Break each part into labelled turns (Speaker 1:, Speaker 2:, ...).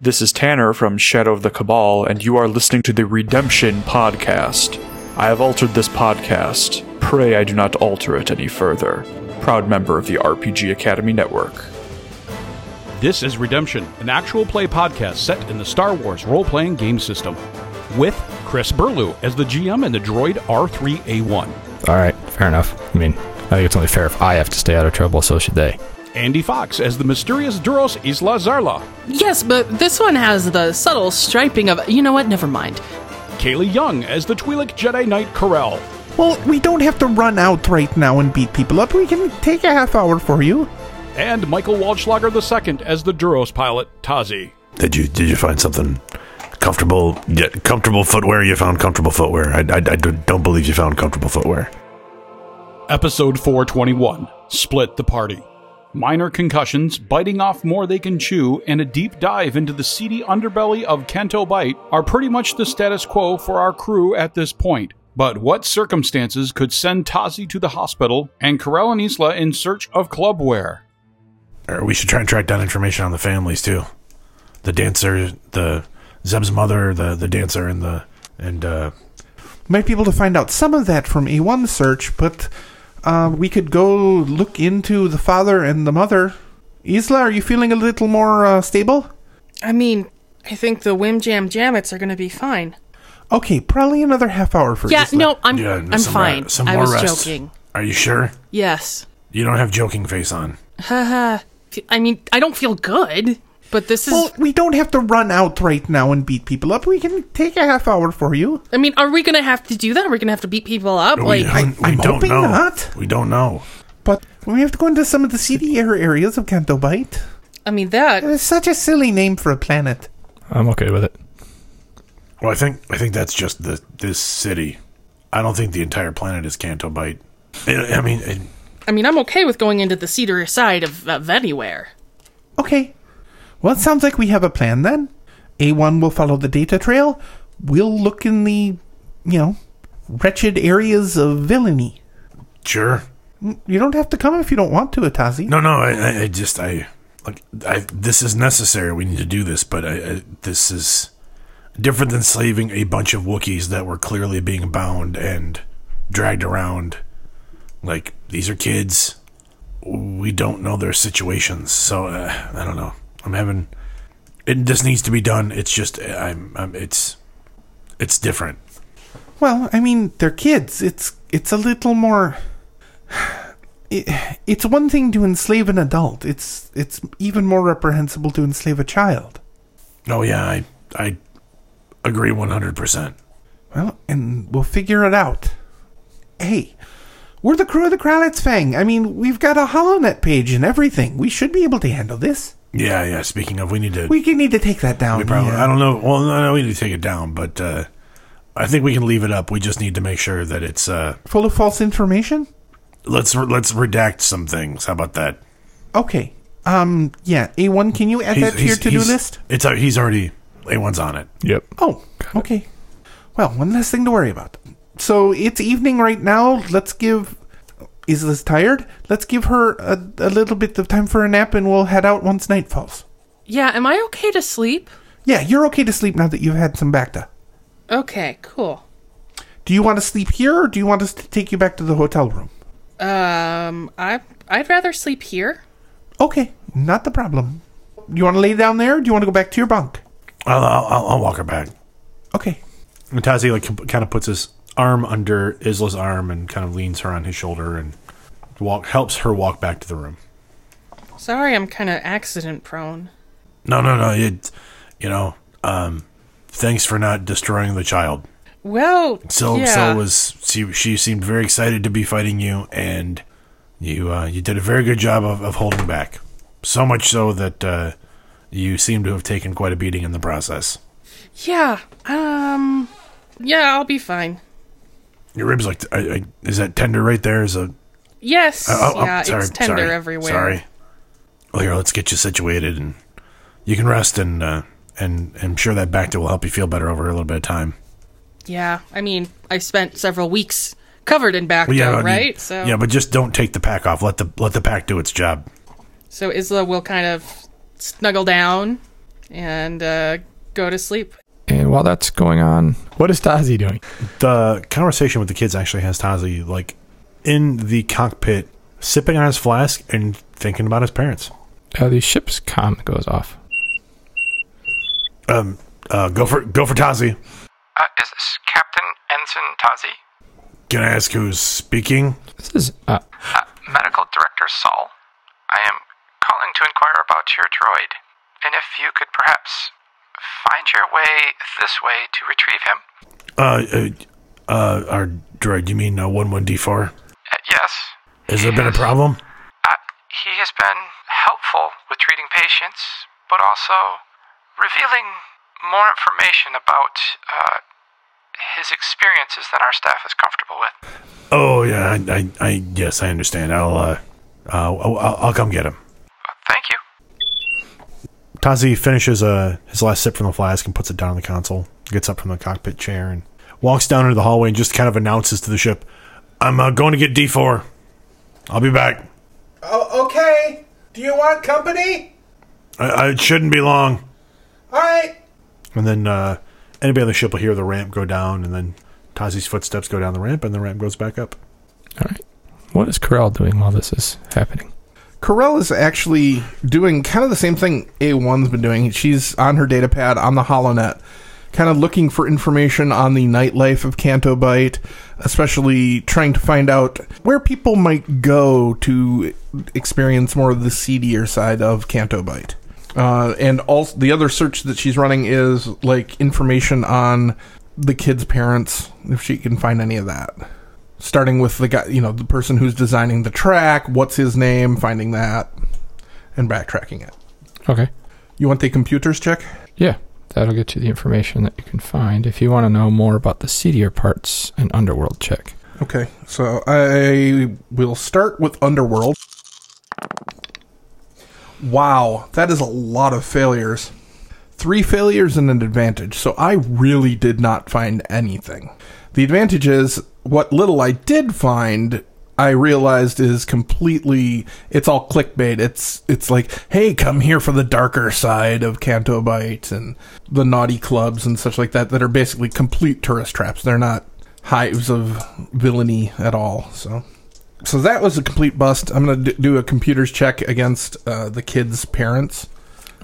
Speaker 1: This is Tanner from Shadow of the Cabal, and you are listening to the Redemption Podcast. I have altered this podcast. Pray I do not alter it any further. Proud member of the RPG Academy Network.
Speaker 2: This is Redemption, an actual play podcast set in the Star Wars role playing game system, with Chris Burlew as the GM and the droid R3A1,
Speaker 3: All right, fair enough. I mean, I think it's only fair if I have to stay out of trouble, so should they.
Speaker 2: Andy Fox as the mysterious Duros Isla Zarla,
Speaker 4: Yes, but this one has the subtle striping of. You know what? Never mind.
Speaker 2: Kaylee Young as the Twi'lek Jedi Knight Corell,
Speaker 5: Well, we don't have to run out right now and beat people up. We can take a half hour for you.
Speaker 2: and Michael Walschlager II as the Duros pilot Tazi.
Speaker 6: Did you did you find something comfortable? Yeah, comfortable footwear. You found comfortable footwear. I, I, I don't believe you found comfortable footwear.
Speaker 2: Episode 421 Split the Party. Minor concussions, biting off more they can chew, and a deep dive into the seedy underbelly of Kento Bite are pretty much the status quo for our crew at this point. But what circumstances could send Tazi to the hospital and Corell and Isla in search of clubware?
Speaker 6: Or we should try and track down information on the families too. The dancer, the Zeb's mother, the the dancer, and the and uh,
Speaker 5: Might be able to find out some of that from A1 search, but uh, we could go look into the father and the mother. Isla, are you feeling a little more uh, stable?
Speaker 4: I mean, I think the Wim Jam Jammets are going to be fine.
Speaker 5: Okay, probably another half hour for
Speaker 4: yeah,
Speaker 5: Isla.
Speaker 4: no, I'm
Speaker 6: yeah,
Speaker 4: I'm
Speaker 6: some
Speaker 4: fine.
Speaker 6: re- some
Speaker 4: I
Speaker 6: more
Speaker 4: was
Speaker 6: rest.
Speaker 4: joking.
Speaker 6: Are you sure?
Speaker 4: Yes.
Speaker 6: You don't have joking face on.
Speaker 4: Haha. I mean, I don't feel good, but this is.
Speaker 5: Well, we don't have to run out right now and beat people up. We can take a half hour for you.
Speaker 4: I mean, are we going to have to do that? Are we going to have to beat people up?
Speaker 6: we
Speaker 4: Like,
Speaker 6: don't, we
Speaker 5: I'm
Speaker 6: don't
Speaker 5: hoping
Speaker 6: know.
Speaker 5: not.
Speaker 6: We don't know.
Speaker 5: But we have to go into some of the seedy areas of Canto Bight.
Speaker 4: I mean, that.
Speaker 5: It's such a silly name for a planet.
Speaker 3: I'm okay with it.
Speaker 6: Well, I think I think that's just the this city. I don't think the entire planet is Canto Bite. I I mean, it,
Speaker 4: I mean, I'm okay with going into the cedar side of, of anywhere.
Speaker 5: Okay. Well, it sounds like we have a plan then. A1 will follow the data trail. We'll look in the, you know, wretched areas of villainy. Mm,
Speaker 6: sure.
Speaker 5: You don't have to come if you don't want to, Atazi.
Speaker 6: No, no. I, I, I just, I, like, I. This is necessary. We need to do this, but I, I, this is different than slaving a bunch of Wookiees that were clearly being bound and dragged around. Like these are kids. We don't know their situations, so uh, I don't know. I'm having. It just needs to be done. It's just I'm. I'm it's. It's different.
Speaker 5: Well, I mean, they're kids. It's it's a little more. It, it's one thing to enslave an adult. It's it's even more reprehensible to enslave a child.
Speaker 6: Oh yeah, I I agree one hundred percent.
Speaker 5: Well, and we'll figure it out. Hey, we're the crew of the Kralitz Fang. I mean, we've got a HoloNet page and everything. We should be able to handle this.
Speaker 6: Yeah, yeah. Speaking of, we need to.
Speaker 5: We can need to take that down.
Speaker 6: We probably,
Speaker 5: yeah.
Speaker 6: I don't know. Well, no, no, we need to take it down, but uh, I think we can leave it up. We just need to make sure that it's. Uh,
Speaker 5: Full of false information?
Speaker 6: let's re- let's redact some things. How about that?
Speaker 5: Okay. Um, yeah. A1, can you add that to your to-do
Speaker 6: he's-
Speaker 5: list?
Speaker 6: It's al- he's already A1's on it.
Speaker 3: Yep.
Speaker 5: Oh, okay. Well, one less thing to worry about. So it's evening right now. Let's give. Isla's tired. Let's give her a, a little bit of time for a nap and we'll head out once night falls.
Speaker 4: Yeah, am I okay to sleep?
Speaker 5: Yeah, you're okay to sleep now that you've had some Bacta.
Speaker 4: Okay, cool.
Speaker 5: Do you want to sleep here, or do you want us to take you back to the hotel room?
Speaker 4: Um, I I'd rather sleep here.
Speaker 5: Okay, not the problem. You want to lay down there? Or do you want to go back to your bunk?
Speaker 6: I'll I'll, I'll- I'll walk her back.
Speaker 5: Okay.
Speaker 6: And Tazi like kind of puts his arm under Isla's arm and kind of leans her on his shoulder and walk helps her walk back to the room.
Speaker 4: Sorry, I'm kind of accident prone.
Speaker 6: No, no, no. It, you know, um, thanks for not destroying the child.
Speaker 4: Well,
Speaker 6: So,
Speaker 4: yeah.
Speaker 6: so was she? She seemed very excited to be fighting you, and you, uh, you did a very good job of, of holding back. So much so that uh, you seem to have taken quite a beating in the process.
Speaker 4: yeah. Um, yeah, I'll be fine.
Speaker 6: Your ribs, like, I, I, is that tender right there? Is a
Speaker 4: Yes,
Speaker 6: oh, oh,
Speaker 4: yeah,
Speaker 6: sorry,
Speaker 4: it's tender
Speaker 6: sorry,
Speaker 4: everywhere.
Speaker 6: Sorry. Well, here, let's get you situated, and you can rest, and uh, and I'm sure that Bacta will help you feel better over a little bit of time.
Speaker 4: Yeah, I mean, I spent several weeks covered in Bacta,
Speaker 6: Well, yeah, I mean-
Speaker 4: right? So,
Speaker 6: yeah, but just don't take the pack off. Let the let the pack do its job.
Speaker 4: so Isla will kind of snuggle down and uh, go to sleep.
Speaker 3: And while that's going on, what is Tazi doing?
Speaker 6: The conversation with the kids actually has Tazi like in the cockpit, sipping on his flask and thinking about his parents.
Speaker 3: Uh, the ship's comm goes off.
Speaker 6: Um, uh, go for go for Tazi.
Speaker 7: Uh, is this Captain Ensign Tazi?
Speaker 6: Can I ask who's speaking?
Speaker 3: This is uh,
Speaker 7: Uh, Medical Director Saul. I am calling to inquire about your droid, and if you could perhaps find your way this way to retrieve him.
Speaker 6: Uh, uh, uh our droid. You mean one one D four?
Speaker 7: Uh, yes,
Speaker 6: Has there been a problem?
Speaker 7: uh, he has been helpful with treating patients, but also revealing more information about uh, his experiences than our staff is comfortable with.
Speaker 6: Oh yeah, I, I, I yes, I understand. I'll uh, uh I'll, I'll I'll come get him.
Speaker 7: Uh, thank you.
Speaker 6: Tazi finishes uh, his last sip from the flask and puts it down on the console. Gets up from the cockpit chair and walks down into the hallway and just kind of announces to the ship, "I'm uh, going to get D4. I'll be back.
Speaker 5: Oh, okay. Do you want company?
Speaker 6: I, I, it shouldn't be long."
Speaker 5: All right.
Speaker 6: And then uh, anybody on the ship will hear the ramp go down, and then Tazi's footsteps go down the ramp, and the ramp goes back up.
Speaker 3: all right. What is Corel doing while this is happening?
Speaker 5: Corell is actually doing kind of the same thing A1's been doing. She's on her data pad on the HoloNet, kind of looking for information on the nightlife of Canto Bight, especially trying to find out where people might go to experience more of the seedier side of Canto Bight. Uh, and also the other search that she's running is like information on the kids' parents, if she can find any of that starting with the guy, you know, the person who's designing the track, what's his name, finding that, and backtracking it.
Speaker 3: Okay.
Speaker 5: You want the computers check?
Speaker 3: Yeah, that'll get you the information that you can find if you want to know more about the seedier parts and underworld check.
Speaker 5: Okay, so I will start with Underworld. Wow, that is a lot of failures. Three failures and an advantage, so I really did not find anything. The advantage is what little I did find, I realized is completely it's all clickbait. It's it's like, hey, come here for the darker side of Canto Bites and the naughty clubs and such like that that are basically complete tourist traps. They're not hives of villainy at all. So so that was a complete bust. I'm going to d- do a computer's check against uh, the kid's parents.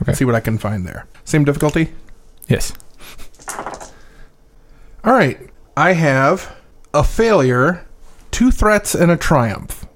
Speaker 3: Okay.
Speaker 5: See what I can find there. Same difficulty?
Speaker 3: Yes.
Speaker 5: All right. I have a failure, two threats, and a triumph.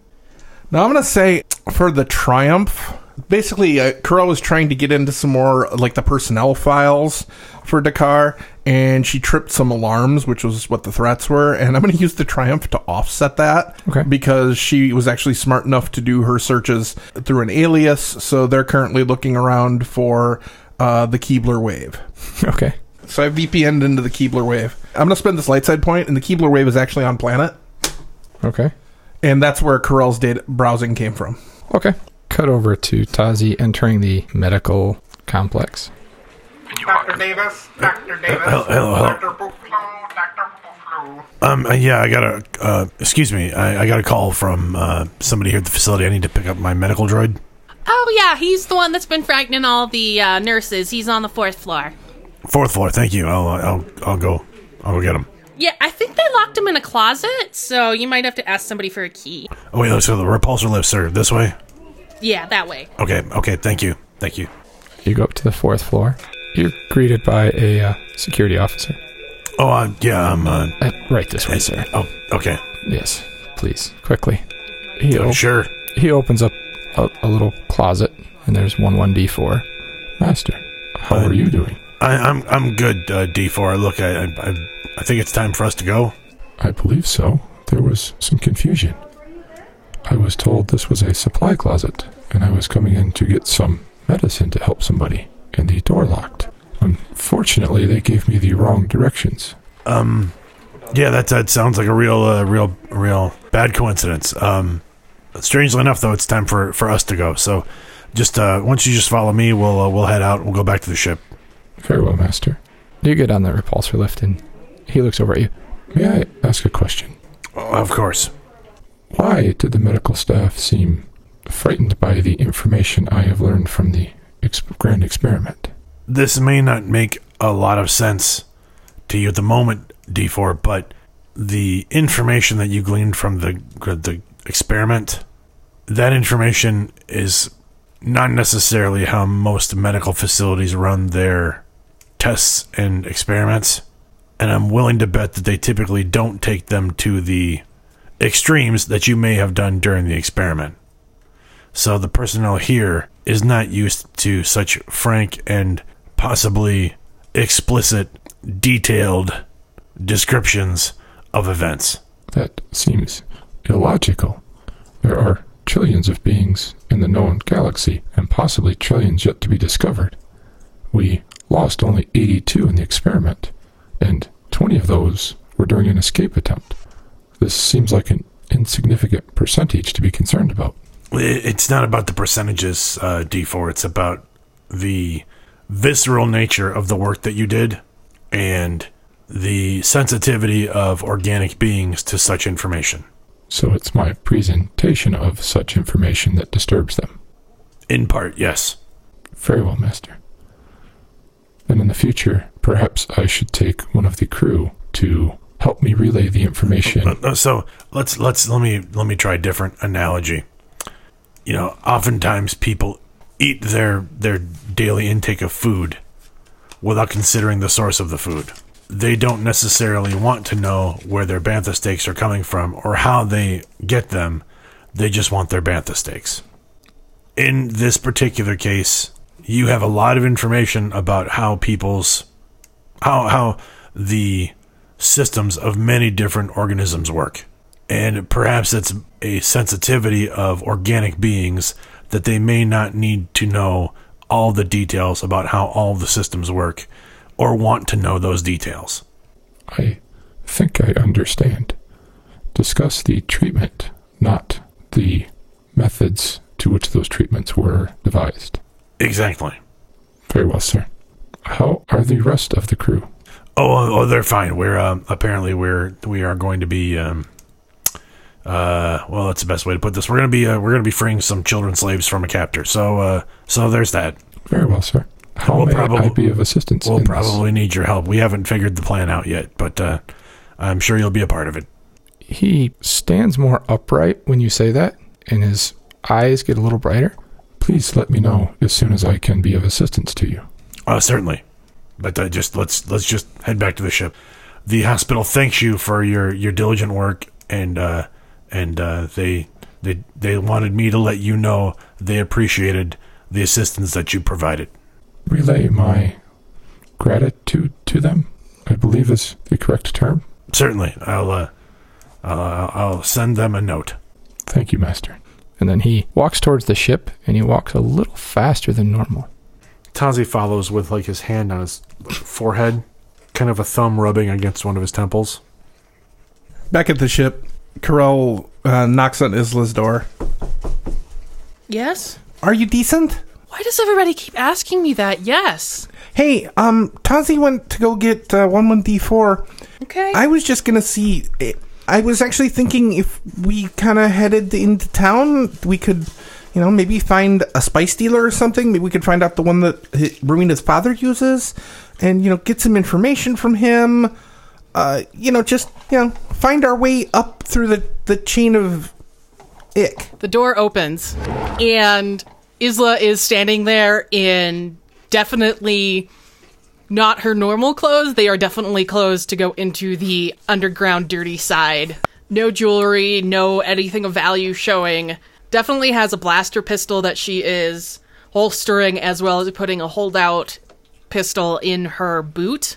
Speaker 5: Now, I'm going to say for the triumph, basically, uh, Kuro was trying to get into some more, like, the personnel files for Dakar, and she tripped some alarms, which was what the threats were. And I'm going to use the triumph to offset that
Speaker 3: Okay.
Speaker 5: because she was actually smart enough to do her searches through an alias. So they're currently looking around for uh, the Keebler wave.
Speaker 3: Okay.
Speaker 5: So I VPN'd into the Keebler wave. I'm gonna spend this light side point, and the Keebler wave is actually on planet,
Speaker 3: Okay.
Speaker 5: and that's where Corell's data browsing came from.
Speaker 3: Okay. Cut over to Tazi entering the medical complex.
Speaker 7: When you walk
Speaker 8: Davis, Dr. Davis,
Speaker 6: hello, hello, hello.
Speaker 8: Dr. Buflo, Dr. Buflo.
Speaker 6: Um, uh, yeah, I got a. Uh, excuse me, I, I got a call from uh, somebody here at the facility. I need to pick up my medical droid.
Speaker 9: Oh yeah, he's the one that's been frightening all the uh, nurses. He's on the fourth floor.
Speaker 6: Fourth floor. Thank you. I'll uh, I'll I'll go. I'll go get him.
Speaker 9: Yeah, I think they locked him in a closet, so you might have to ask somebody for a key.
Speaker 6: Oh wait, so the repulsor lifts are this way.
Speaker 9: Yeah, that way.
Speaker 6: Okay, okay. Thank you. Thank you.
Speaker 3: You go up to the fourth floor. You're greeted by a uh, security officer.
Speaker 6: Oh, uh, yeah, I'm. Uh,
Speaker 3: Uh, right this way,
Speaker 6: I-
Speaker 3: sir.
Speaker 6: Oh, okay.
Speaker 3: Yes, please, quickly. He, op-
Speaker 6: Sure.
Speaker 3: he opens up a, a little closet, and there's one one D four. Master, how are you doing?
Speaker 6: I, I'm I'm good. Uh, D4. Look, I, I I- I think it's time for us to go.
Speaker 10: I believe so. There was some confusion. I was told this was a supply closet, and I was coming in to get some medicine to help somebody, and the door locked. Unfortunately, they gave me the wrong directions.
Speaker 6: Yeah, that that sounds like a real uh, real real bad coincidence. Um, strangely enough, though, it's time for for us to go. So, just uh, once you just follow me, we'll uh, we'll head out. We'll go back to the ship.
Speaker 10: Farewell, master.
Speaker 3: You get on the repulsor lift, and he looks over at you.
Speaker 10: May I ask a question?
Speaker 6: Of course.
Speaker 10: Why did the medical staff seem frightened by the information I have learned from the ex- grand experiment?
Speaker 6: This may not make a lot of sense to you at the moment, D4, but the information that you gleaned from the the experiment, that information is not necessarily how most medical facilities run their tests and experiments. And I'm willing to bet that they typically don't take them to the extremes that you may have done during the experiment. So the personnel here is not used to such frank and possibly explicit, detailed descriptions of events.
Speaker 10: That seems illogical. There are trillions of beings in the known galaxy, and possibly trillions yet to be discovered. We lost only 82 in the experiment, and 20 of those were during an escape attempt. This seems like an insignificant percentage to be concerned about.
Speaker 6: It- It's not about the percentages, uh, D4. It's about the visceral nature of the work that you did and the sensitivity of organic beings to such information.
Speaker 10: So it's my presentation of such information that disturbs them.
Speaker 6: In part, yes.
Speaker 10: Very well, Master. Then in the future, perhaps I should take one of the crew to help me relay the information.
Speaker 6: Uh, So let's let's let me let me try a different analogy. You know, oftentimes people eat their their daily intake of food without considering the source of the food. They don't necessarily want to know where their bantha steaks are coming from or how they get them. They just want their bantha steaks. In this particular case, you have a lot of information about how people's how how the systems of many different organisms work. And perhaps it's a sensitivity of organic beings that they may not need to know all the details about how all the systems work or want to know those details.
Speaker 10: I think I understand. Discuss the treatment, not the methods to which those treatments were devised.
Speaker 6: Exactly.
Speaker 10: Very well, sir. How are the rest of the crew?
Speaker 6: Oh, oh, they're fine. We're um, apparently we're we are going to be um, uh, well, that's the best way to put this. We're gonna be uh, we're gonna be freeing some children slaves from a captor. So uh, so there's that.
Speaker 10: Very well, sir. How
Speaker 6: We'll
Speaker 10: may I
Speaker 6: probably-
Speaker 10: be of assistance?
Speaker 6: We'll
Speaker 10: in this?
Speaker 6: probably need your help. We haven't figured the plan out yet, but uh, I'm sure you'll be a part of it.
Speaker 3: He stands more upright when you say that, and his eyes get a little brighter.
Speaker 10: Please let me know as soon as I can be of assistance to you.
Speaker 6: Uh, certainly, but uh, just let's let's just head back to the ship. The hospital thanks you for your, your diligent work, and uh, and uh, they they they wanted me to let you know they appreciated the assistance that you provided.
Speaker 10: Relay my gratitude to them. I believe is the correct term.
Speaker 6: Certainly, I'll uh, I'll, I'll send them a note.
Speaker 10: Thank you, Master.
Speaker 3: And then he walks towards the ship, and he walks a little faster than normal.
Speaker 11: Tazi follows with like his hand on his forehead, kind of a thumb rubbing against one of his temples.
Speaker 5: Back at the ship, Carell uh, knocks on Isla's door.
Speaker 4: Yes?
Speaker 5: Are you decent?
Speaker 4: Why does everybody keep asking me that? Yes.
Speaker 5: Hey, um, Tazi went to go get uh, 11D4.
Speaker 4: Okay.
Speaker 5: I was just gonna see. I- I was actually thinking if we kind of headed into town, we could, you know, maybe find a spice dealer or something. Maybe we could find out the one that hi- Rowena's father uses and, you know, get some information from him. Uh, you know, just, you know, find our way up through the, the chain of ick.
Speaker 4: The door opens, and Isla is standing there in definitely not her normal clothes. They are definitely clothes to go into the underground dirty side. No jewelry, no anything of value showing. Definitely has a blaster pistol that she is holstering, as well as putting a holdout pistol in her boot.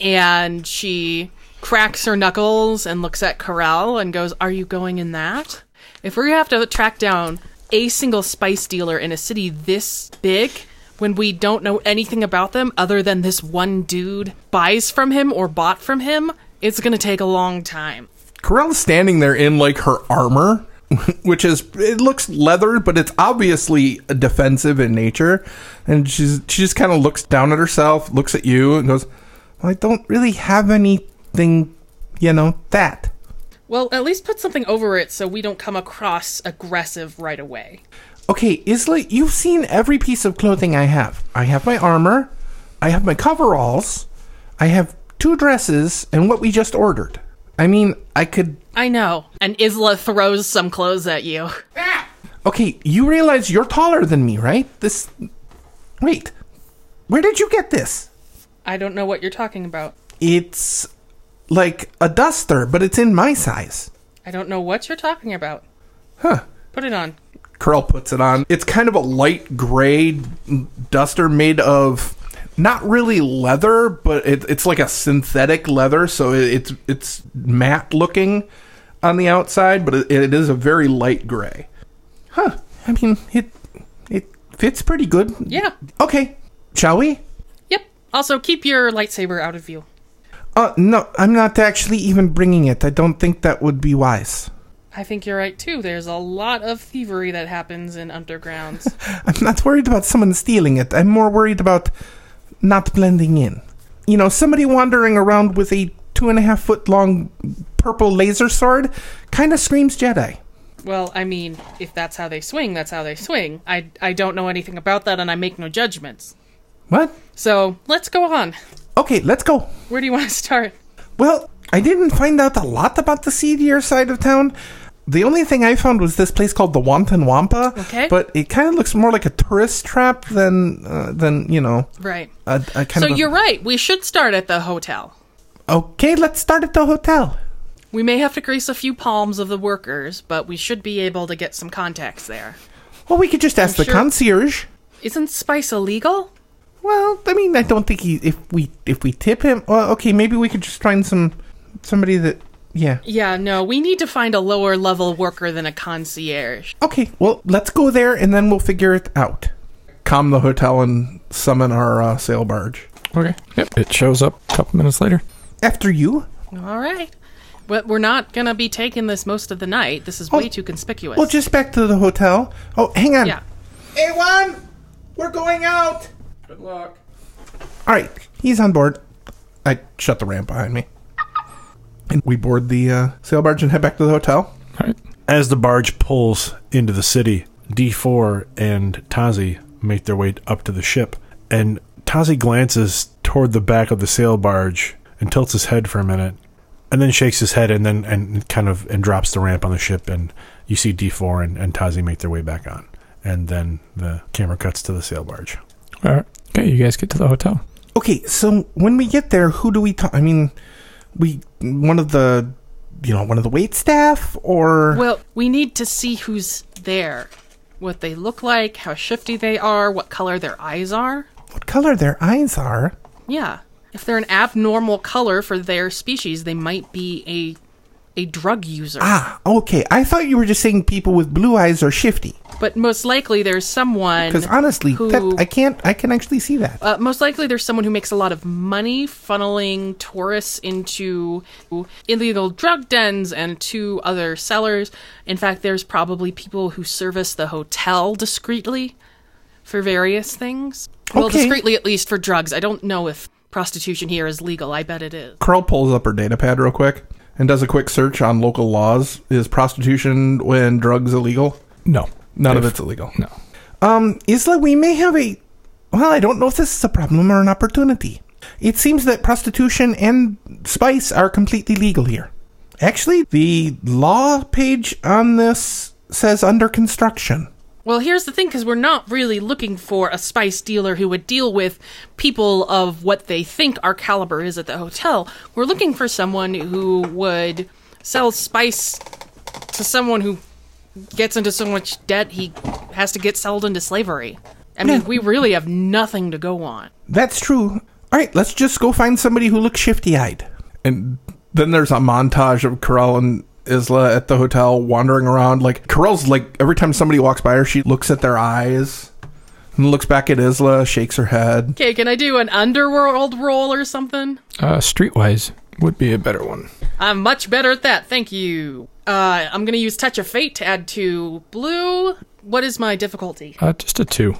Speaker 4: And she cracks her knuckles and looks at Corral and goes, Are you going in that? If we have to track down a single spice dealer in a city this big, when we don't know anything about them other than this one dude buys from him or bought from him, it's going to take a long time.
Speaker 5: Corell's standing there in like her armor, which is it looks leather, but it's obviously defensive in nature. And she's she just kind of looks down at herself, looks at you, and goes, "I don't really have anything, you know that."
Speaker 4: Well, at least put something over it so we don't come across aggressive right away.
Speaker 5: Okay, Isla, you've seen every piece of clothing I have. I have my armor. I have my coveralls. I have two dresses and what we just ordered. I mean, I could.
Speaker 4: I know. And Isla throws some clothes at you.
Speaker 5: Okay, you realize you're taller than me, right? This. Wait. Where did you get this?
Speaker 4: I don't know what you're talking about.
Speaker 5: It's like a duster, but it's in my size.
Speaker 4: I don't know what you're talking about.
Speaker 5: Huh.
Speaker 4: Put it on.
Speaker 5: Curl puts it on. It's kind of a light gray duster made of not really leather, but it, it's like a synthetic leather, so it, it's it's matte looking on the outside, but it, it is a very light gray. Huh. I mean, it it fits pretty good.
Speaker 4: Yeah.
Speaker 5: Okay. Shall we?
Speaker 4: Yep. Also, keep your lightsaber out of view.
Speaker 5: Uh, no, I'm not actually even bringing it. I don't think that would be wise.
Speaker 4: I think you're right too. There's a lot of thievery that happens in undergrounds.
Speaker 5: I'm not worried about someone stealing it. I'm more worried about not blending in. You know, somebody wandering around with a two and a half foot long purple laser sword kind of screams Jedi.
Speaker 4: well, I mean, if that's how they swing, that's how they swing. I I don't know anything about that and I make no judgments.
Speaker 5: What?
Speaker 4: So, let's go on.
Speaker 5: Okay, let's go.
Speaker 4: Where do you want to start?
Speaker 5: Well, I didn't find out a lot about the seedier side of town. The only thing I found was this place called the Wanton Wampa.
Speaker 4: Okay.
Speaker 5: But it kind of looks more like a tourist trap than, uh, than you know,
Speaker 4: Right.
Speaker 5: a, a Uh, kind
Speaker 4: So
Speaker 5: of. a-
Speaker 4: you're right. We should start at the hotel.
Speaker 5: Okay, let's start at the hotel.
Speaker 4: We may have to grease a few palms of the workers, but we should be able to get some contacts there.
Speaker 5: Well, we could just ask
Speaker 4: I'm
Speaker 5: the
Speaker 4: sure-
Speaker 5: concierge.
Speaker 4: Isn't spice illegal?
Speaker 5: Well, I mean, I don't think he. If we if we tip him, well, okay, maybe we could just find some somebody that. Yeah.
Speaker 4: Yeah, no, we need to find a lower level worker than a concierge.
Speaker 5: Okay. Well, let's go there and then we'll figure it out. Calm the hotel and summon our uh, sail barge.
Speaker 3: Okay. Yep. It shows up a couple minutes later.
Speaker 5: After you.
Speaker 4: All right. But we're not going to be taking this most of the night. This is way too conspicuous.
Speaker 5: Well, just back to the hotel. Oh, hang on.
Speaker 4: Yeah.
Speaker 5: A1, we're going out.
Speaker 11: Good luck.
Speaker 5: All right. He's on board. I shut the ramp behind me. And we board the uh, sail barge and head back to the hotel.
Speaker 11: As the barge pulls into the city, D4 and Tazi make their way up to the ship, and Tazi glances toward the back of the sail barge and tilts his head for a minute, and then shakes his head and then and kind of and drops the ramp on the ship, and you see D4 and, and Tazi make their way back on, and then the camera cuts to the sail barge.
Speaker 3: All right. Okay. You guys get to the hotel.
Speaker 5: Okay, so when we get there, who do we talk? I mean, we one of the, you know, one of the wait staff or
Speaker 4: Well, we need to see who's there, what they look like, how shifty they are, what color their eyes are.
Speaker 5: what color their eyes are.
Speaker 4: Yeah. If they're an abnormal color for their species, they might be a a drug user.
Speaker 5: Ah, okay. I thought you were just saying people with blue eyes are shifty.
Speaker 4: But most likely there's someone
Speaker 5: Because honestly,
Speaker 4: who
Speaker 5: that, I can't. I can actually see that.
Speaker 4: uh, most likely there's someone who makes a lot of money funneling tourists into illegal drug dens and to other sellers. In fact, there's probably people who service the hotel discreetly for various things. Well,
Speaker 5: Okay.
Speaker 4: discreetly at least for drugs. I don't know if prostitution here is legal. I bet it is.
Speaker 5: Carl pulls up her data pad real quick and does a quick search on local laws. Is prostitution and drugs illegal?
Speaker 3: No.
Speaker 5: None of
Speaker 3: If-
Speaker 5: it's illegal.
Speaker 3: No.
Speaker 5: Um, Isla, we may have a. Well, I don't know if this is a problem or an opportunity. It seems that prostitution and spice are completely legal here. Actually, the law page on this says under construction.
Speaker 4: Well, here's the thing because we're not really looking for a spice dealer who would deal with people of what they think our caliber is at the hotel. We're looking for someone who would sell spice to someone who gets into so much debt he has to get sold into slavery. I mean, we really have nothing to go on.
Speaker 5: That's true. All right, let's just go find somebody who looks shifty eyed. And then there's a montage of Corel and Isla at the hotel wandering around. Like, Corel's like, every time somebody walks by her, she looks at their eyes and looks back at Isla, shakes her head.
Speaker 4: Okay, can I do an underworld roll or something?
Speaker 3: Uh, streetwise would be a better one.
Speaker 4: I'm much better at that. Thank you. Uh, I'm going to use Touch of Fate to add to blue. What is my difficulty?
Speaker 3: Uh, just a two.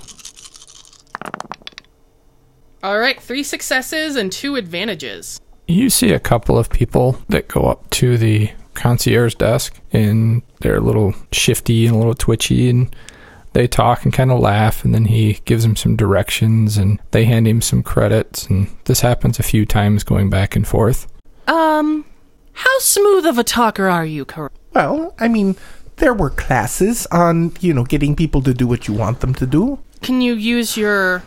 Speaker 4: All right, three successes and two advantages.
Speaker 3: You see a couple of people that go up to the concierge desk and they're a little shifty and a little twitchy and they talk and kind of laugh, and then he gives him some directions and they hand him some credits. And this happens a few times going back and forth.
Speaker 4: Um, how smooth of a talker are you, Cor?
Speaker 5: Well, I mean, there were classes on, you know, getting people to do what you want them to do.
Speaker 4: Can you use your,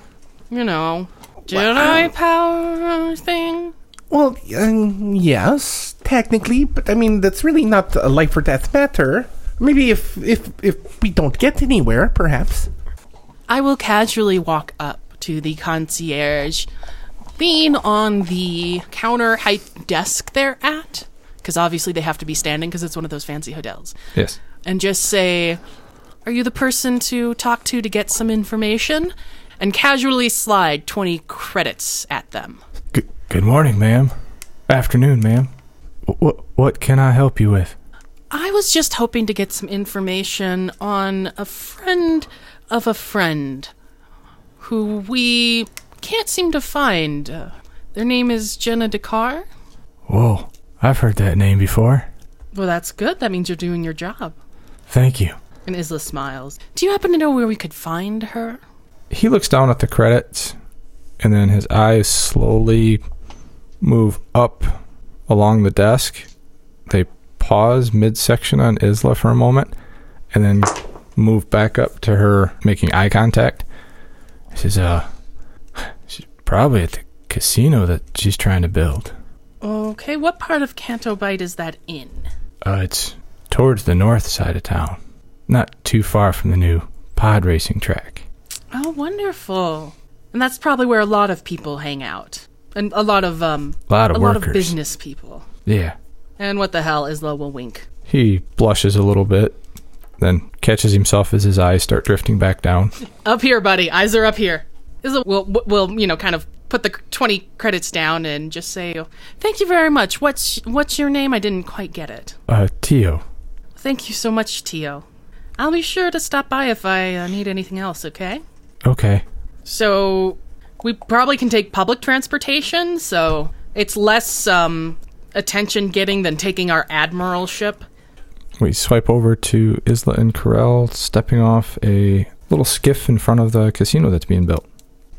Speaker 4: you know, Jedi power thing?
Speaker 5: Well, um, yes, technically, but I mean, that's really not a life or death matter. Maybe if, if, if we don't get anywhere, perhaps.
Speaker 4: I will casually walk up to the concierge, being on the counter height desk they're at, because obviously they have to be standing because it's one of those fancy hotels,
Speaker 3: Yes.
Speaker 4: and just say, Are you the person to talk to to get some information? And casually slide 20 credits at them.
Speaker 12: Good, good morning, ma'am. Afternoon, ma'am. What what can I help you with?
Speaker 4: I was just hoping to get some information on a friend of a friend who we can't seem to find. Uh, their name is Jenna Dakar.
Speaker 12: Whoa, I've heard that name before.
Speaker 4: Well, that's good. That means you're doing your job.
Speaker 12: Thank you.
Speaker 4: And Isla smiles. Do you happen to know where we could find her?
Speaker 3: He looks down at the credits, and then his eyes slowly move up along the desk. They pause midsection on Isla for a moment, and then move back up to her, making eye contact.
Speaker 12: He says, uh, she's probably at the casino that she's trying to build.
Speaker 4: Okay, what part of Canto Bight is that in?
Speaker 12: Uh, it's towards the north side of town, not too far from the new pod racing track.
Speaker 4: Oh, wonderful. And that's probably where a lot of people hang out. And a lot of, um,
Speaker 12: Lot of
Speaker 4: a lot of
Speaker 12: workers.
Speaker 4: business people.
Speaker 12: Yeah.
Speaker 4: And what the hell, Isla will wink.
Speaker 3: He blushes a little bit, then catches himself as his eyes start drifting back down.
Speaker 4: Up here, buddy. Eyes are up here. Isla will, will you know, kind of put the 20 credits down and just say, Thank you very much. What's, what's your name? I didn't quite get it.
Speaker 12: Uh, Tio.
Speaker 4: Thank you so much, Tio. I'll be sure to stop by if I uh, need anything else, okay?
Speaker 12: Okay.
Speaker 4: So, we probably can take public transportation, so it's less um, attention getting than taking our admiral ship.
Speaker 3: We swipe over to Isla and Corel stepping off a little skiff in front of the casino that's being built.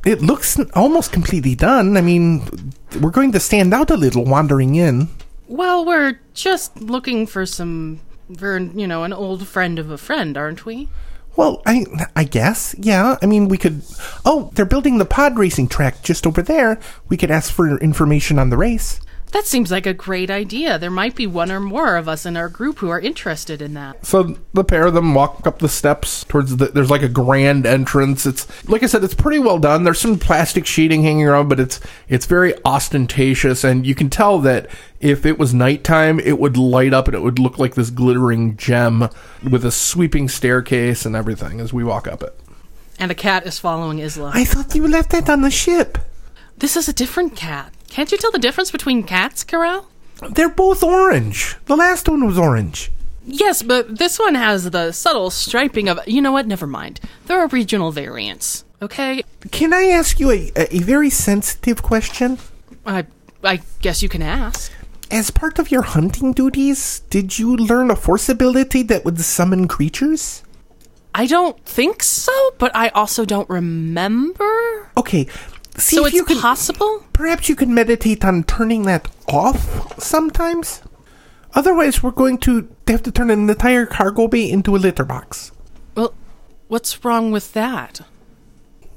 Speaker 5: It looks n- almost completely done. I mean, we're going to stand out a little wandering in.
Speaker 4: Well, we're just looking for some, for, you know, an old friend of a friend, aren't we?
Speaker 5: Well, I I guess, yeah. I mean, we could. Oh, they're building the pod racing track just over there. We could ask for information on the race.
Speaker 4: That seems like a great idea. There might be one or more of us in our group who are interested in that.
Speaker 5: So the pair of them walk up the steps towards the. There's like a grand entrance. It's like I said, it's pretty well done. There's some plastic sheeting hanging around, but it's it's very ostentatious, and you can tell that if it was nighttime, it would light up and it would look like this glittering gem with a sweeping staircase and everything as we walk up it.
Speaker 4: And a cat is following Isla.
Speaker 5: I thought you left that on the ship.
Speaker 4: This is a different cat. Can't you tell the difference between cats, Corral?
Speaker 5: They're both orange. The last one was orange.
Speaker 4: Yes, but this one has the subtle striping of. You know what? Never mind. There are regional variants. Okay,
Speaker 5: Can I ask you a, a a very sensitive question?
Speaker 4: I I guess you can ask.
Speaker 5: As part of your hunting duties, did you learn a force ability that would summon creatures?
Speaker 4: I don't think so, but I also don't remember.
Speaker 5: Okay, see
Speaker 4: so
Speaker 5: if
Speaker 4: it's
Speaker 5: you can.
Speaker 4: possible.
Speaker 5: perhaps you could meditate on turning that off sometimes. Otherwise, we're going to have to turn an entire cargo bay into a litter box.
Speaker 4: Well, what's wrong with that?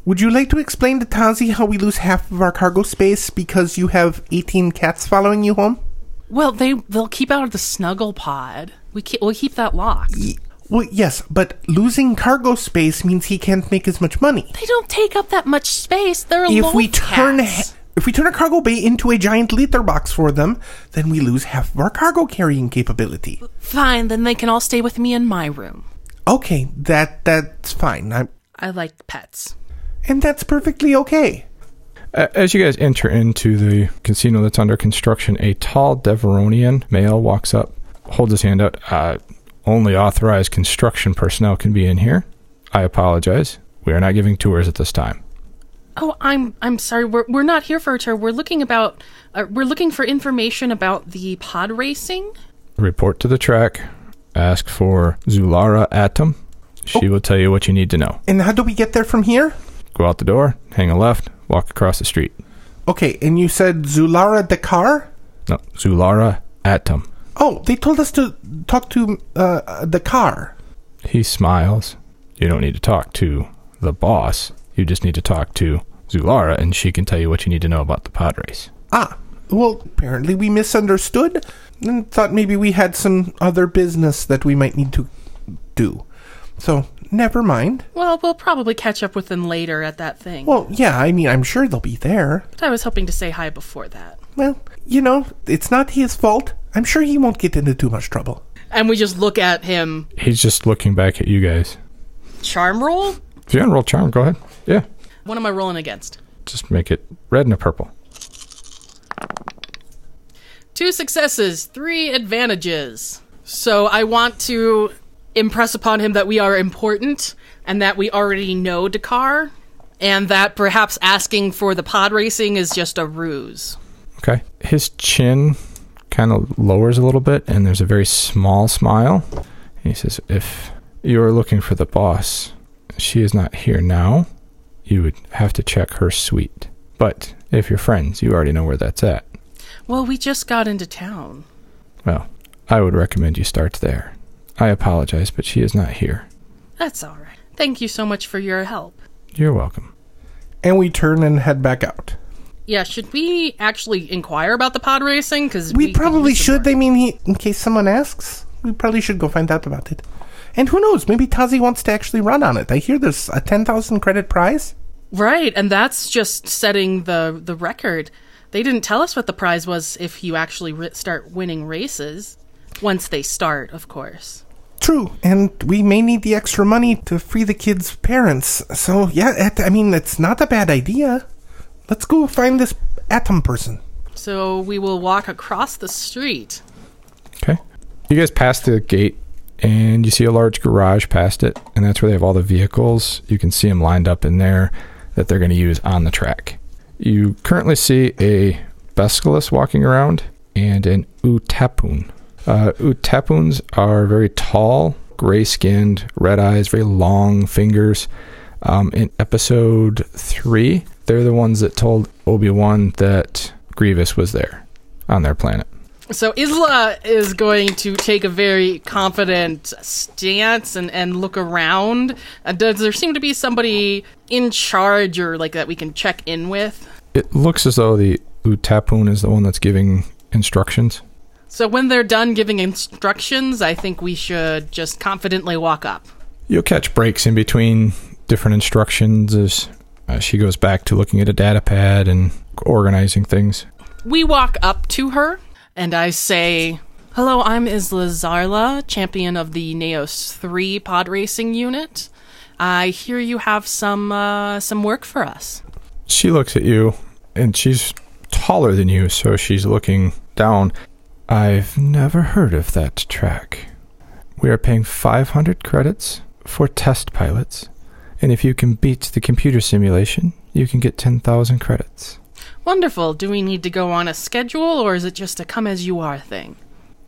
Speaker 5: Would you like to explain to Tazi how we lose half of our cargo space because you have 18 cats following you home?
Speaker 4: Well, they they'll keep out of the snuggle pod. We keep, we'll keep that locked.
Speaker 5: Well, yes, but losing cargo space means he can't make as much money.
Speaker 4: They don't take up that much space. They're
Speaker 5: if we
Speaker 4: loft
Speaker 5: turn
Speaker 4: cats.
Speaker 5: ha- if we turn a cargo bay into a giant litter box for them, then we lose half of our cargo carrying capability.
Speaker 4: Fine, then they can all stay with me in my room.
Speaker 5: Okay, that that's fine. I'm,
Speaker 4: I like pets.
Speaker 5: and that's perfectly okay.
Speaker 3: A- As you guys enter into the casino that's under construction, a tall Deveronian male walks up, holds his hand out. Uh, only authorized construction personnel can be in here. I apologize. We are not giving tours at this time.
Speaker 4: Oh, I'm I'm sorry. We're we're not here for a tour. We're looking about uh, we're looking for information about the pod racing.
Speaker 3: Report to the track. Ask for Zulara Atom. She will tell you what you need to know.
Speaker 5: And how do we get there from here?
Speaker 3: Go out the door, hang a left, walk across the street.
Speaker 5: Okay, and you said Zulara Dakar?
Speaker 3: No, Zulara Atom.
Speaker 5: Oh, they told us to talk to uh, Dakar.
Speaker 3: He smiles. You don't need to talk to the boss. You just need to talk to Zulara, and she can tell you what you need to know about the pod race.
Speaker 5: Ah, well, apparently we misunderstood and thought maybe we had some other business that we might need to do. So, never mind.
Speaker 4: Well, we'll probably catch up with them later at that thing.
Speaker 5: Well, yeah, I mean, I'm sure they'll be there.
Speaker 4: but I was hoping to say hi before that.
Speaker 5: Well, you know, it's not his fault. I'm sure he won't get into too much trouble.
Speaker 4: And we just look at him.
Speaker 3: He's just looking back at you guys.
Speaker 4: Charm roll?
Speaker 3: If you want to roll charm, go ahead. Yeah,
Speaker 4: What am I rolling against?
Speaker 3: just make it red and a purple.
Speaker 4: Two successes, three advantages. So I want to impress upon him that we are important and that we already know Dakar and that perhaps asking for the pod racing is just a ruse.
Speaker 3: Okay. His chin kind of lowers a little bit, and there's a very small smile. And he says, If you are looking for the boss, she is not here now. You would have to check her suite. But if you're friends, you already know where that's at.
Speaker 4: Well, we just got into town.
Speaker 3: Well, I would recommend you start there. I apologize, but she is not here.
Speaker 4: That's all right. Thank you so much for your help.
Speaker 3: You're welcome.
Speaker 5: And we turn and head back out.
Speaker 4: Yeah, should we actually inquire about the pod racing? Because
Speaker 5: We, probably should. I mean, he, in case someone asks, we probably should go find out about it. And who knows? Maybe Tazi wants to actually run on it. I hear there's a 10,000 credit prize.
Speaker 4: Right, and that's just setting the the record. They didn't tell us what the prize was if you actually ri start winning races once they start, of course.
Speaker 5: True, and we may need the extra money to free the kids' parents. So, yeah, at, I mean, it's not a bad idea. Let's go find this atom person.
Speaker 4: So we will walk across the street.
Speaker 3: Okay. You guys pass the gate, and you see a large garage past it, and that's where they have all the vehicles. You can see them lined up in there that they're going to use on the track. You currently see a Besculus walking around and an Utapun. Uh, Utapuns are very tall, gray skinned, red eyes, very long fingers. Um, in episode three, they're the ones that told Obi Wan that Grievous was there on their planet.
Speaker 4: So Isla is going to take a very confident stance and, and look around. Uh, does there seem to be somebody in charge or like that we can check in with?
Speaker 3: It looks as though the Utapun is the one that's giving instructions.
Speaker 4: So when they're done giving instructions, I think we should just confidently walk up.
Speaker 3: You'll catch breaks in between different instructions as uh, she goes back to looking at a data pad and organizing things.
Speaker 4: We walk up to her, and I say, Hello, I'm Isla Zarla, champion of the Neos 3 pod racing unit. I hear you have some uh, some work for us.
Speaker 3: She looks at you, and she's taller than you, so she's looking down. I've never heard of that track. We are paying 500 credits for test pilots, and if you can beat the computer simulation, you can get 10,000 credits.
Speaker 4: Wonderful. Do we need to go on a schedule, or is it just a come as you are thing?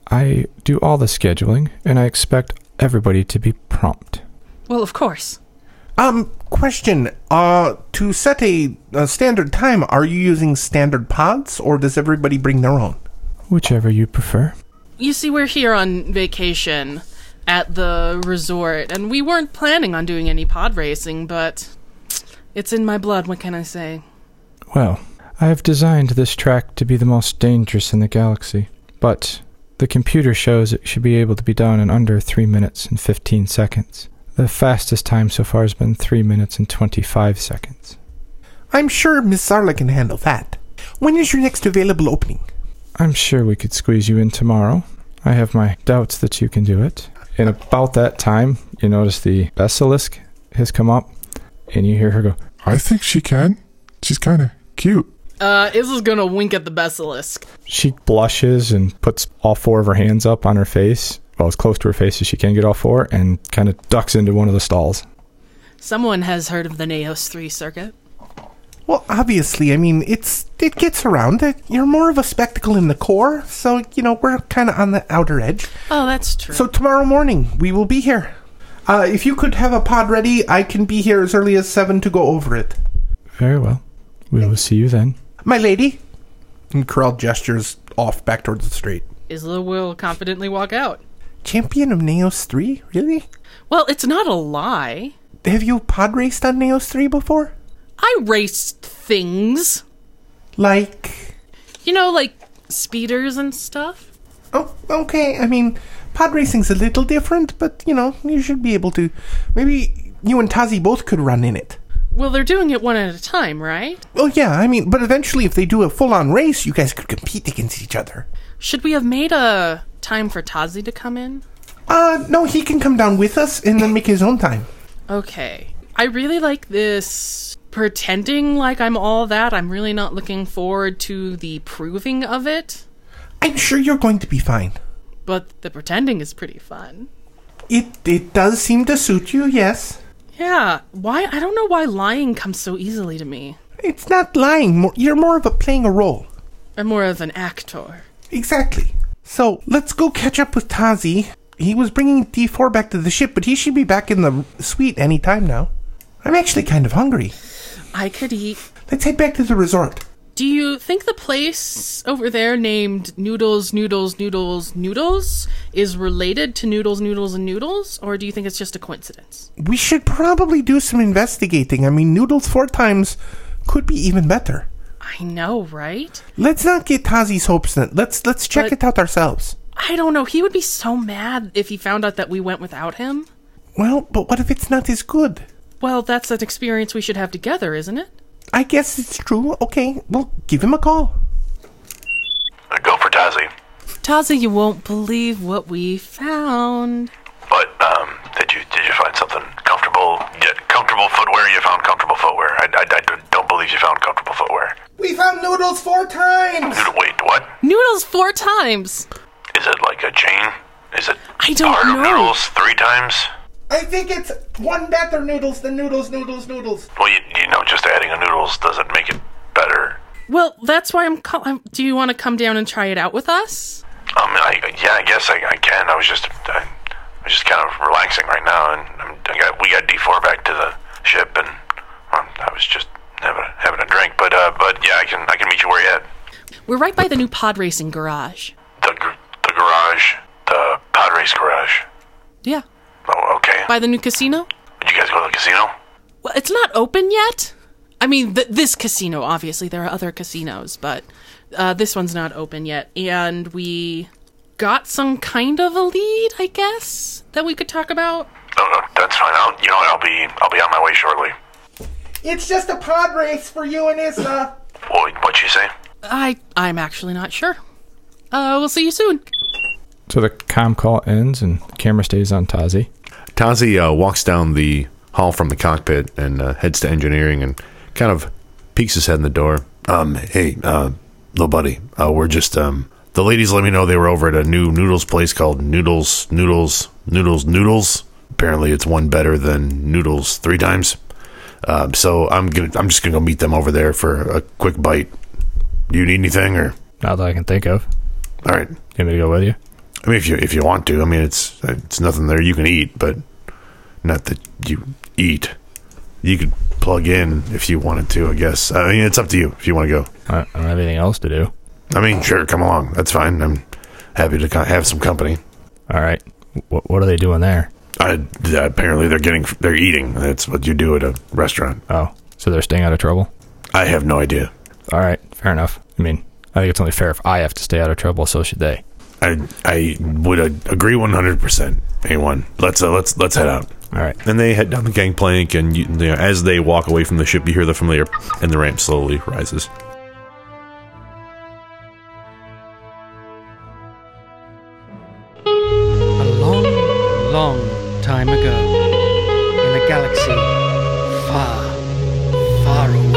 Speaker 3: I do all the scheduling, and I expect everybody to be prompt.
Speaker 4: Well, of course.
Speaker 5: Um, question. Uh, to set a, a standard time, are you using standard pods, or does everybody bring their own?
Speaker 3: Whichever you prefer.
Speaker 4: You see, we're here on vacation at the resort, and we weren't planning on doing any pod racing, but it's in my blood. What can I say?
Speaker 3: Well, I have designed this track to be the most dangerous in the galaxy, but the computer shows it should be able to be done in under 3 minutes and 15 seconds. The fastest time so far has been 3 minutes and 25 seconds.
Speaker 5: I'm sure Miss Zarla can handle that. When is your next available opening?
Speaker 3: I'm sure we could squeeze you in tomorrow. I have my doubts that you can do it. And about that time, you notice the basilisk has come up, and you hear her go,
Speaker 10: I think she can. She's kind of cute.
Speaker 4: Uh, Isla's gonna wink at the basilisk.
Speaker 3: She blushes and puts all four of her hands up on her face, well, as close to her face as she can get all four, and kind of ducks into one of the stalls.
Speaker 4: Someone has heard of the Neos 3 circuit.
Speaker 5: Well, obviously, I mean, it's it gets around. Uh, You're more of a spectacle in the core, so you know we're kind of on the outer edge.
Speaker 4: Oh, that's true.
Speaker 5: So tomorrow morning we will be here. Uh, if you could have a pod ready, I can be here as early as seven to go over it.
Speaker 3: Very well. We will see you then.
Speaker 5: My lady. And Corral gestures off back towards the street.
Speaker 4: Isla will confidently walk out.
Speaker 5: Champion of Neos 3? Really?
Speaker 4: Well, it's not a lie.
Speaker 5: Have you pod raced on Neos 3 before?
Speaker 4: I raced things.
Speaker 5: Like?
Speaker 4: You know, like speeders and stuff?
Speaker 5: Oh, okay. I mean, pod racing's a little different, but you know, you should be able to. Maybe you and Tazi both could run in it.
Speaker 4: Well, they're doing it one at a time, right?
Speaker 5: Oh, yeah, I mean, but eventually, if they do a full on race, you guys could compete against each other.
Speaker 4: Should we have made a time for Tazi to come in?
Speaker 5: Uh, no, he can come down with us and then make his own time.
Speaker 4: Okay. I really like this pretending like I'm all that. I'm really not looking forward to the proving of it,
Speaker 5: I'm sure you're going to be fine.
Speaker 4: but the pretending is pretty fun.
Speaker 5: It, it does seem to suit you, yes.
Speaker 4: Yeah, why? I don't know why lying comes so easily to me.
Speaker 5: It's not lying, more, you're more of a playing a role.
Speaker 4: I'm more of an actor.
Speaker 5: Exactly. So let's go catch up with Tazi. He was bringing D4 back to the ship, but he should be back in the suite any time now. I'm actually kind of hungry.
Speaker 4: I could eat.
Speaker 5: Let's head back to the resort.
Speaker 4: Do you think the place over there named Noodles, Noodles, Noodles, Noodles is related to Noodles, Noodles, and Noodles? Or do you think it's just a coincidence?
Speaker 5: We should probably do some investigating. I mean, noodles four times could be even better.
Speaker 4: I know, right?
Speaker 5: Let's not get Tazi's hopes then. Let's let's check
Speaker 4: But-
Speaker 5: it out ourselves.
Speaker 4: I don't know. He would be so mad if he found out that we went without him.
Speaker 5: Well, but what if it's not as good?
Speaker 4: Well, that's an experience we should have together, isn't it?
Speaker 5: I guess it's true. Okay, well, give him a call.
Speaker 13: Go for Tazi.
Speaker 4: Taza, you won't believe what we found.
Speaker 13: But um, did you did you find something comfortable? Yeah, comfortable footwear. You found comfortable footwear. I, I, I don't believe you found comfortable footwear.
Speaker 5: We found noodles four times.
Speaker 13: Dude, wait, what?
Speaker 4: Noodles four times.
Speaker 13: Is it like a chain? Is it
Speaker 4: I don't
Speaker 13: part of
Speaker 4: know.
Speaker 13: noodles three times?
Speaker 5: I think it's one better noodles than noodles, noodles, noodles.
Speaker 13: Well, you, you know, just adding a noodles doesn't make it better.
Speaker 4: Well, that's why I'm calling. Do you want to come down and try it out with us?
Speaker 13: Um, I, yeah, I guess I, I can. I was just I, I was just kind of relaxing right now, and I'm, I got, we got D four back to the ship, and um, I was just having a, having a drink. But uh, but yeah, I can I can meet you where you at.
Speaker 4: We're right by the new pod racing garage.
Speaker 13: The gr- the garage, the Padres garage.
Speaker 4: Yeah.
Speaker 13: Oh, okay.
Speaker 4: By the new casino?
Speaker 13: Did you guys go to the casino?
Speaker 4: Well, it's not open yet. I mean, th- this casino, obviously. There are other casinos, but uh, this one's not open yet. And we got some kind of a lead, I guess, that we could talk about.
Speaker 13: No, no, that's fine. I'll, you know, what, I'll be I'll be on my way shortly.
Speaker 5: It's just a pod race for you and Isla.
Speaker 13: What what'd you say?
Speaker 4: I, I'm actually not sure. Uh, we'll see you soon.
Speaker 3: So the com call ends and the camera stays on Tazi.
Speaker 14: Tazi uh, walks down the hall from the cockpit and uh, heads to engineering and kind of peeks his head in the door.
Speaker 6: Um, hey, uh, little buddy, uh, we're just, um, the ladies let me know they were over at a new noodles place called Noodles, Noodles, Noodles, Noodles. Apparently it's one better than Noodles three times. Um, so I'm gonna, I'm just gonna go meet them over there for a quick bite. Do you need anything or?
Speaker 3: Not that I can think of.
Speaker 6: All right. You
Speaker 3: want me to go with you?
Speaker 6: I mean, if you, if you want to, I mean, it's, it's nothing there you can eat, but not that you eat. You could plug in if you wanted to, I guess. I mean, it's up to you if you want to go.
Speaker 3: I don't have anything else to do.
Speaker 6: I mean, sure, come along. That's fine. I'm happy to co- have some company.
Speaker 3: All right. What, what are they doing there?
Speaker 6: I, apparently, they're getting they're eating. That's what you do at a restaurant.
Speaker 3: Oh, so they're staying out of trouble?
Speaker 6: I have no idea.
Speaker 3: All right, fair enough. I mean, I think it's only fair if I have to stay out of trouble, so should they.
Speaker 6: I I would uh, agree one hundred percent. Anyone? Let's uh, let's let's head out.
Speaker 3: All right.
Speaker 14: And they head down the gangplank, and you, you know, as they walk away from the ship, you hear the familiar, and the ramp slowly rises.
Speaker 15: long, long time ago, in a galaxy far, far away.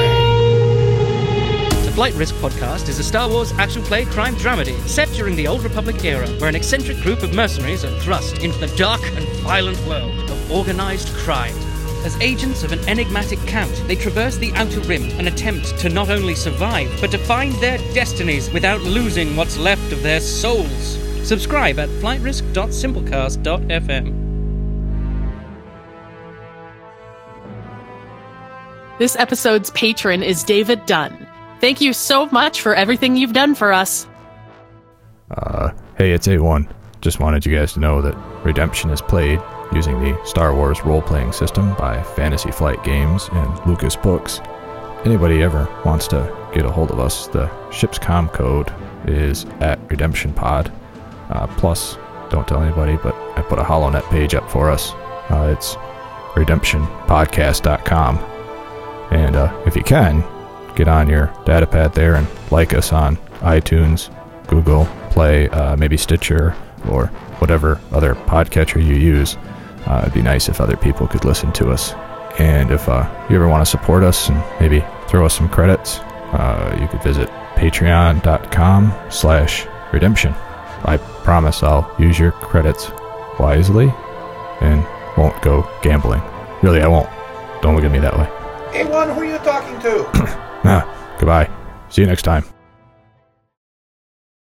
Speaker 15: The Flight Risk Podcast is a Star Wars action play crime dramedy set during the Old Republic era, where an eccentric group of mercenaries are thrust into the dark and violent world of organized crime. As agents of an enigmatic count, they traverse the Outer Rim and attempt to not only survive, but to find their destinies without losing what's left of their souls. Subscribe at flightrisk.simplecast.fm.
Speaker 4: This episode's patron is David Dunn. Thank you so much for everything you've done for us.
Speaker 3: Uh, hey, it's 8 1. Just wanted you guys to know that Redemption is played using the Star Wars role playing system by Fantasy Flight Games and Lucas Books. Anybody ever wants to get a hold of us, the ship's com code is at Redemption Pod. Uh, plus, don't tell anybody, but I put a HoloNet page up for us. Uh, it's redemptionpodcast.com. And uh, if you can, get on your datapad there and like us on iTunes, Google Play, uh, maybe Stitcher, or whatever other podcatcher you use. Uh, it'd be nice if other people could listen to us. And if uh, you ever want to support us and maybe throw us some credits, uh, you could visit patreon.com slash redemption. I promise I'll use your credits wisely and won't go gambling. Really, I won't. Don't look at me that way.
Speaker 5: Hey, one, who are you talking to?
Speaker 3: Ah, goodbye. See you next time.